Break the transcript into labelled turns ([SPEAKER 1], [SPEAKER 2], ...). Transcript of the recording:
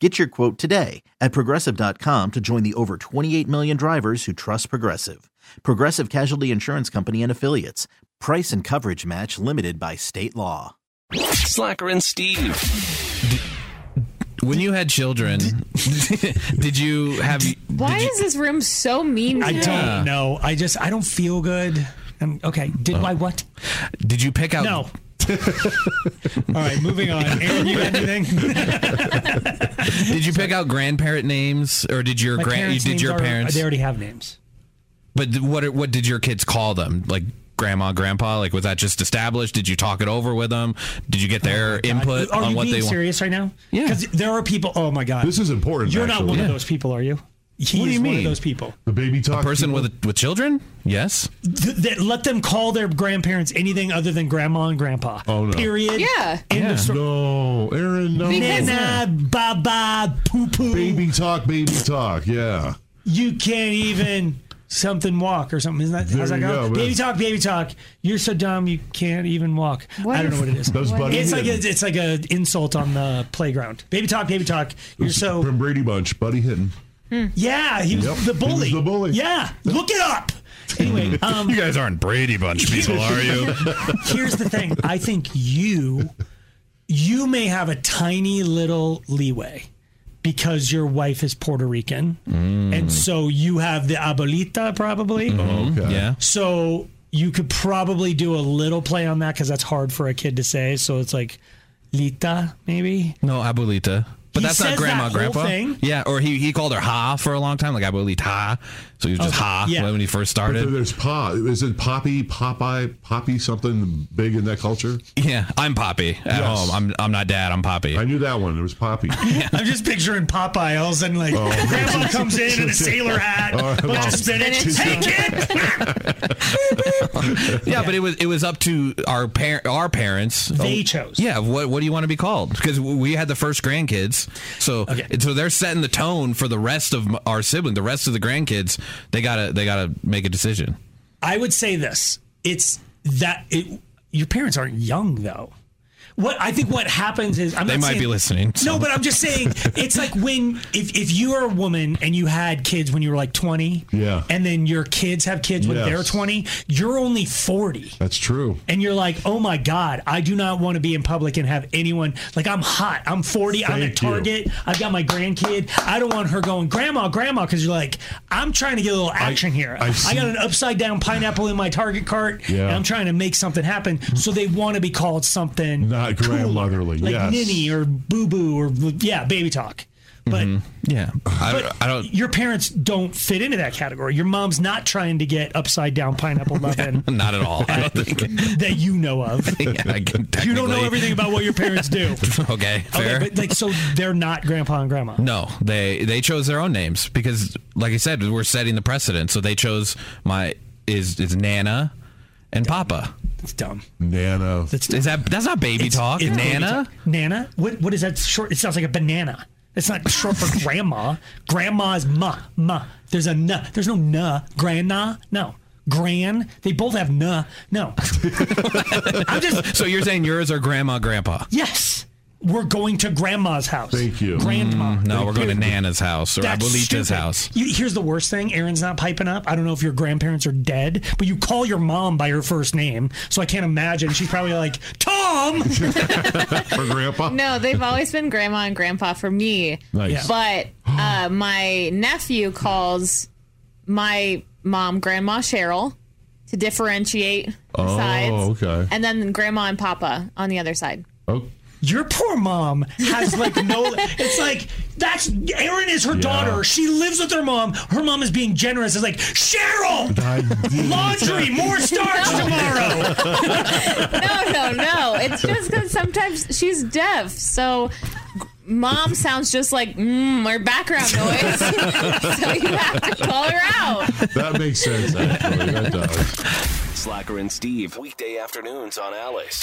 [SPEAKER 1] Get your quote today at progressive.com to join the over 28 million drivers who trust Progressive. Progressive Casualty Insurance Company and Affiliates. Price and coverage match limited by state law.
[SPEAKER 2] Slacker and Steve.
[SPEAKER 3] When you had children, did you have?
[SPEAKER 4] Why is this room so mean?
[SPEAKER 5] I
[SPEAKER 4] today?
[SPEAKER 5] don't know. I just I don't feel good. Um okay. Did
[SPEAKER 3] Uh-huh.
[SPEAKER 5] my what?
[SPEAKER 3] Did you pick out?
[SPEAKER 5] No. All right, moving on. Aaron, you got anything?
[SPEAKER 3] Did you pick out grandparent names, or did your
[SPEAKER 5] My
[SPEAKER 3] grand? You
[SPEAKER 5] parents'
[SPEAKER 3] did
[SPEAKER 5] names
[SPEAKER 3] your
[SPEAKER 5] are-
[SPEAKER 3] parents?
[SPEAKER 5] They already have names.
[SPEAKER 3] but what? are- What did your kids call them? Like grandma, grandpa? Like was that just established? Did you talk it over with them? Did you get their input
[SPEAKER 5] Oh Are
[SPEAKER 3] on
[SPEAKER 5] you
[SPEAKER 3] what
[SPEAKER 5] being
[SPEAKER 3] they want?
[SPEAKER 5] serious right now?
[SPEAKER 3] Yeah.
[SPEAKER 5] Because there are people. Oh my God.
[SPEAKER 6] This is important.
[SPEAKER 5] You're not
[SPEAKER 6] actually.
[SPEAKER 5] one of
[SPEAKER 3] Yeah.
[SPEAKER 5] those people, are you? He
[SPEAKER 3] What do
[SPEAKER 5] is
[SPEAKER 3] you
[SPEAKER 5] one
[SPEAKER 3] mean?
[SPEAKER 5] of those people.
[SPEAKER 6] The baby talk.
[SPEAKER 3] Person
[SPEAKER 6] people.
[SPEAKER 3] with with children? Yes.
[SPEAKER 5] Th- that let them call their grandparents anything other than grandma and grandpa.
[SPEAKER 6] Oh, no.
[SPEAKER 5] Period.
[SPEAKER 4] Yeah.
[SPEAKER 5] End
[SPEAKER 3] Yeah.
[SPEAKER 5] of story.
[SPEAKER 6] No, Aaron. No.
[SPEAKER 4] Because-
[SPEAKER 5] Nana, baba, poo poo.
[SPEAKER 6] Baby talk. Baby talk. Yeah.
[SPEAKER 5] you can't even something walk or something. Isn't that how's that
[SPEAKER 6] There you
[SPEAKER 5] go?
[SPEAKER 6] go,
[SPEAKER 5] baby
[SPEAKER 6] man.
[SPEAKER 5] talk, baby talk. You're so dumb you can't even walk.
[SPEAKER 4] What
[SPEAKER 5] I don't
[SPEAKER 4] is-
[SPEAKER 5] know what it is.
[SPEAKER 6] Those
[SPEAKER 5] It's
[SPEAKER 6] buddies.
[SPEAKER 5] like a, it's like an insult on the playground. Baby talk, baby talk. You're so
[SPEAKER 6] from Brady Bunch. Buddy Hidden.
[SPEAKER 5] yeah. He was
[SPEAKER 6] Yep,
[SPEAKER 5] the
[SPEAKER 6] he was
[SPEAKER 5] bully.
[SPEAKER 6] the bully.
[SPEAKER 5] Yeah. Look it up. Anyway, um,
[SPEAKER 3] guys aren't Brady Bunch people, are you?
[SPEAKER 5] here's the thing. I think you you may have a tiny little leeway because your wife is Puerto Rican,
[SPEAKER 6] Mm.
[SPEAKER 5] and so you have the abuelita probably.
[SPEAKER 6] Okay.
[SPEAKER 3] yeah.
[SPEAKER 5] So you could probably do a little play on that because that's hard for a kid to say. So it's like Lita, maybe.
[SPEAKER 3] No, abuelita. But
[SPEAKER 5] He
[SPEAKER 3] that's not
[SPEAKER 5] says
[SPEAKER 3] grandma,
[SPEAKER 5] that whole
[SPEAKER 3] grandpa.
[SPEAKER 5] thing.
[SPEAKER 3] Yeah, or he, he called her ha for a long time, like abuelita. So he was just
[SPEAKER 5] Okay,
[SPEAKER 3] ha
[SPEAKER 5] Oh, yeah.
[SPEAKER 3] when he first
[SPEAKER 6] But then
[SPEAKER 3] started.
[SPEAKER 6] there's Pa. Is it Poppy, Popeye, Poppy, something big in that culture?
[SPEAKER 3] Yeah, I'm Poppy at home. I'm I'm not dad. I'm Poppy.
[SPEAKER 6] I knew that one. There was Poppy.
[SPEAKER 5] I'm just picturing Popeye all of a sudden, like grandma comes in in a sailor hat,
[SPEAKER 6] right,
[SPEAKER 5] bunch
[SPEAKER 6] Mom.
[SPEAKER 5] of spinach. Hey kid,
[SPEAKER 3] yeah, but it was it was up to our par- our parents.
[SPEAKER 5] they
[SPEAKER 3] Oh,
[SPEAKER 5] chose.
[SPEAKER 3] Yeah, what what do you want to be called? Because we had the first grandkids, so
[SPEAKER 5] Okay.
[SPEAKER 3] and so they're setting the tone for the rest of m- our sibling, the rest of the grandkids. They gotta they gotta make a decision.
[SPEAKER 5] I would say this: it's that it, your parents aren't young though. What I think what happens is I'm
[SPEAKER 3] They
[SPEAKER 5] not
[SPEAKER 3] might
[SPEAKER 5] saying-
[SPEAKER 3] be listening, so.
[SPEAKER 5] No, but I'm just saying it's like when if if you are a woman and you had kids when you were like 20,
[SPEAKER 6] Yeah.
[SPEAKER 5] and then your kids have kids when
[SPEAKER 6] Yes.
[SPEAKER 5] they're 20, you're only 40.
[SPEAKER 6] That's true.
[SPEAKER 5] And you're like, oh my God, I do not want to be in public and have anyone like I'm hot. I'm 40. I'm at
[SPEAKER 6] Thank you.
[SPEAKER 5] Target. I've got my grandkid. I don't want her going, Grandma, Grandma, because you're like, I'm trying to get a little action here.
[SPEAKER 6] I
[SPEAKER 5] I,
[SPEAKER 6] see-
[SPEAKER 5] got an upside down pineapple in my Target cart,
[SPEAKER 6] Yeah.
[SPEAKER 5] and I'm trying to make something happen. So they want to be called something
[SPEAKER 6] Not
[SPEAKER 5] cooler,
[SPEAKER 6] grandmotherly,
[SPEAKER 5] like
[SPEAKER 6] yes.
[SPEAKER 5] ninny or boo boo or yeah, baby talk. But
[SPEAKER 6] Mm-hmm.
[SPEAKER 3] Yeah, I, I don't.
[SPEAKER 5] your parents don't fit into that category. Your mom's not trying to get upside down pineapple loving
[SPEAKER 3] Not at all. I don't think.
[SPEAKER 5] that you know of.
[SPEAKER 3] Yeah, I can
[SPEAKER 5] You don't know
[SPEAKER 3] technically-
[SPEAKER 5] everything about what your parents do.
[SPEAKER 3] Okay, fair.
[SPEAKER 5] Okay, but like, so they're not grandpa and grandma.
[SPEAKER 3] No, they they chose their own names because, like I said, we're setting the precedent. So they chose my is is Nana and Papa.
[SPEAKER 5] It's dumb.
[SPEAKER 6] Nana.
[SPEAKER 3] Is that that's not baby talk?
[SPEAKER 5] It's
[SPEAKER 3] Nana.
[SPEAKER 5] baby talk. Nana. What? What is that short? It sounds like a banana. It's not short for grandma. Grandma's ma ma. There's a na. There's no na. Grandma. No. Gran. They both have na. No. I'm just.
[SPEAKER 3] So you're saying yours are grandma, grandpa?
[SPEAKER 5] Yes. We're going to grandma's house.
[SPEAKER 6] Thank you.
[SPEAKER 5] Grandma.
[SPEAKER 3] Mm, No, we're going to Nana's house or
[SPEAKER 5] That's
[SPEAKER 3] Abuelita's
[SPEAKER 5] stupid.
[SPEAKER 3] house.
[SPEAKER 5] You, here's the worst thing: Aaron's not piping up. I don't know if your grandparents are dead, but you call your mom by her first name, so I can't imagine she's probably like Tom.
[SPEAKER 6] For grandpa.
[SPEAKER 4] No, they've always been grandma and grandpa for me.
[SPEAKER 6] Nice.
[SPEAKER 4] But uh, my nephew calls my mom grandma Cheryl. to differentiate the
[SPEAKER 6] Oh,
[SPEAKER 4] sides.
[SPEAKER 6] okay.
[SPEAKER 4] And then grandma and papa on the other side.
[SPEAKER 6] Oh,
[SPEAKER 5] Your poor mom has like no. It's like that's Erin is her daughter. She lives with her mom. Her mom is being generous. It's like Cheryl,
[SPEAKER 6] I did-
[SPEAKER 5] laundry, more starch tomorrow.
[SPEAKER 4] No, no, no. It's just because sometimes she's deaf. So g- mom sounds just like, mm, or background noise. so you have to call her out.
[SPEAKER 6] that makes sense, actually. That does.
[SPEAKER 2] Slacker and Steve, weekday afternoons on Alice.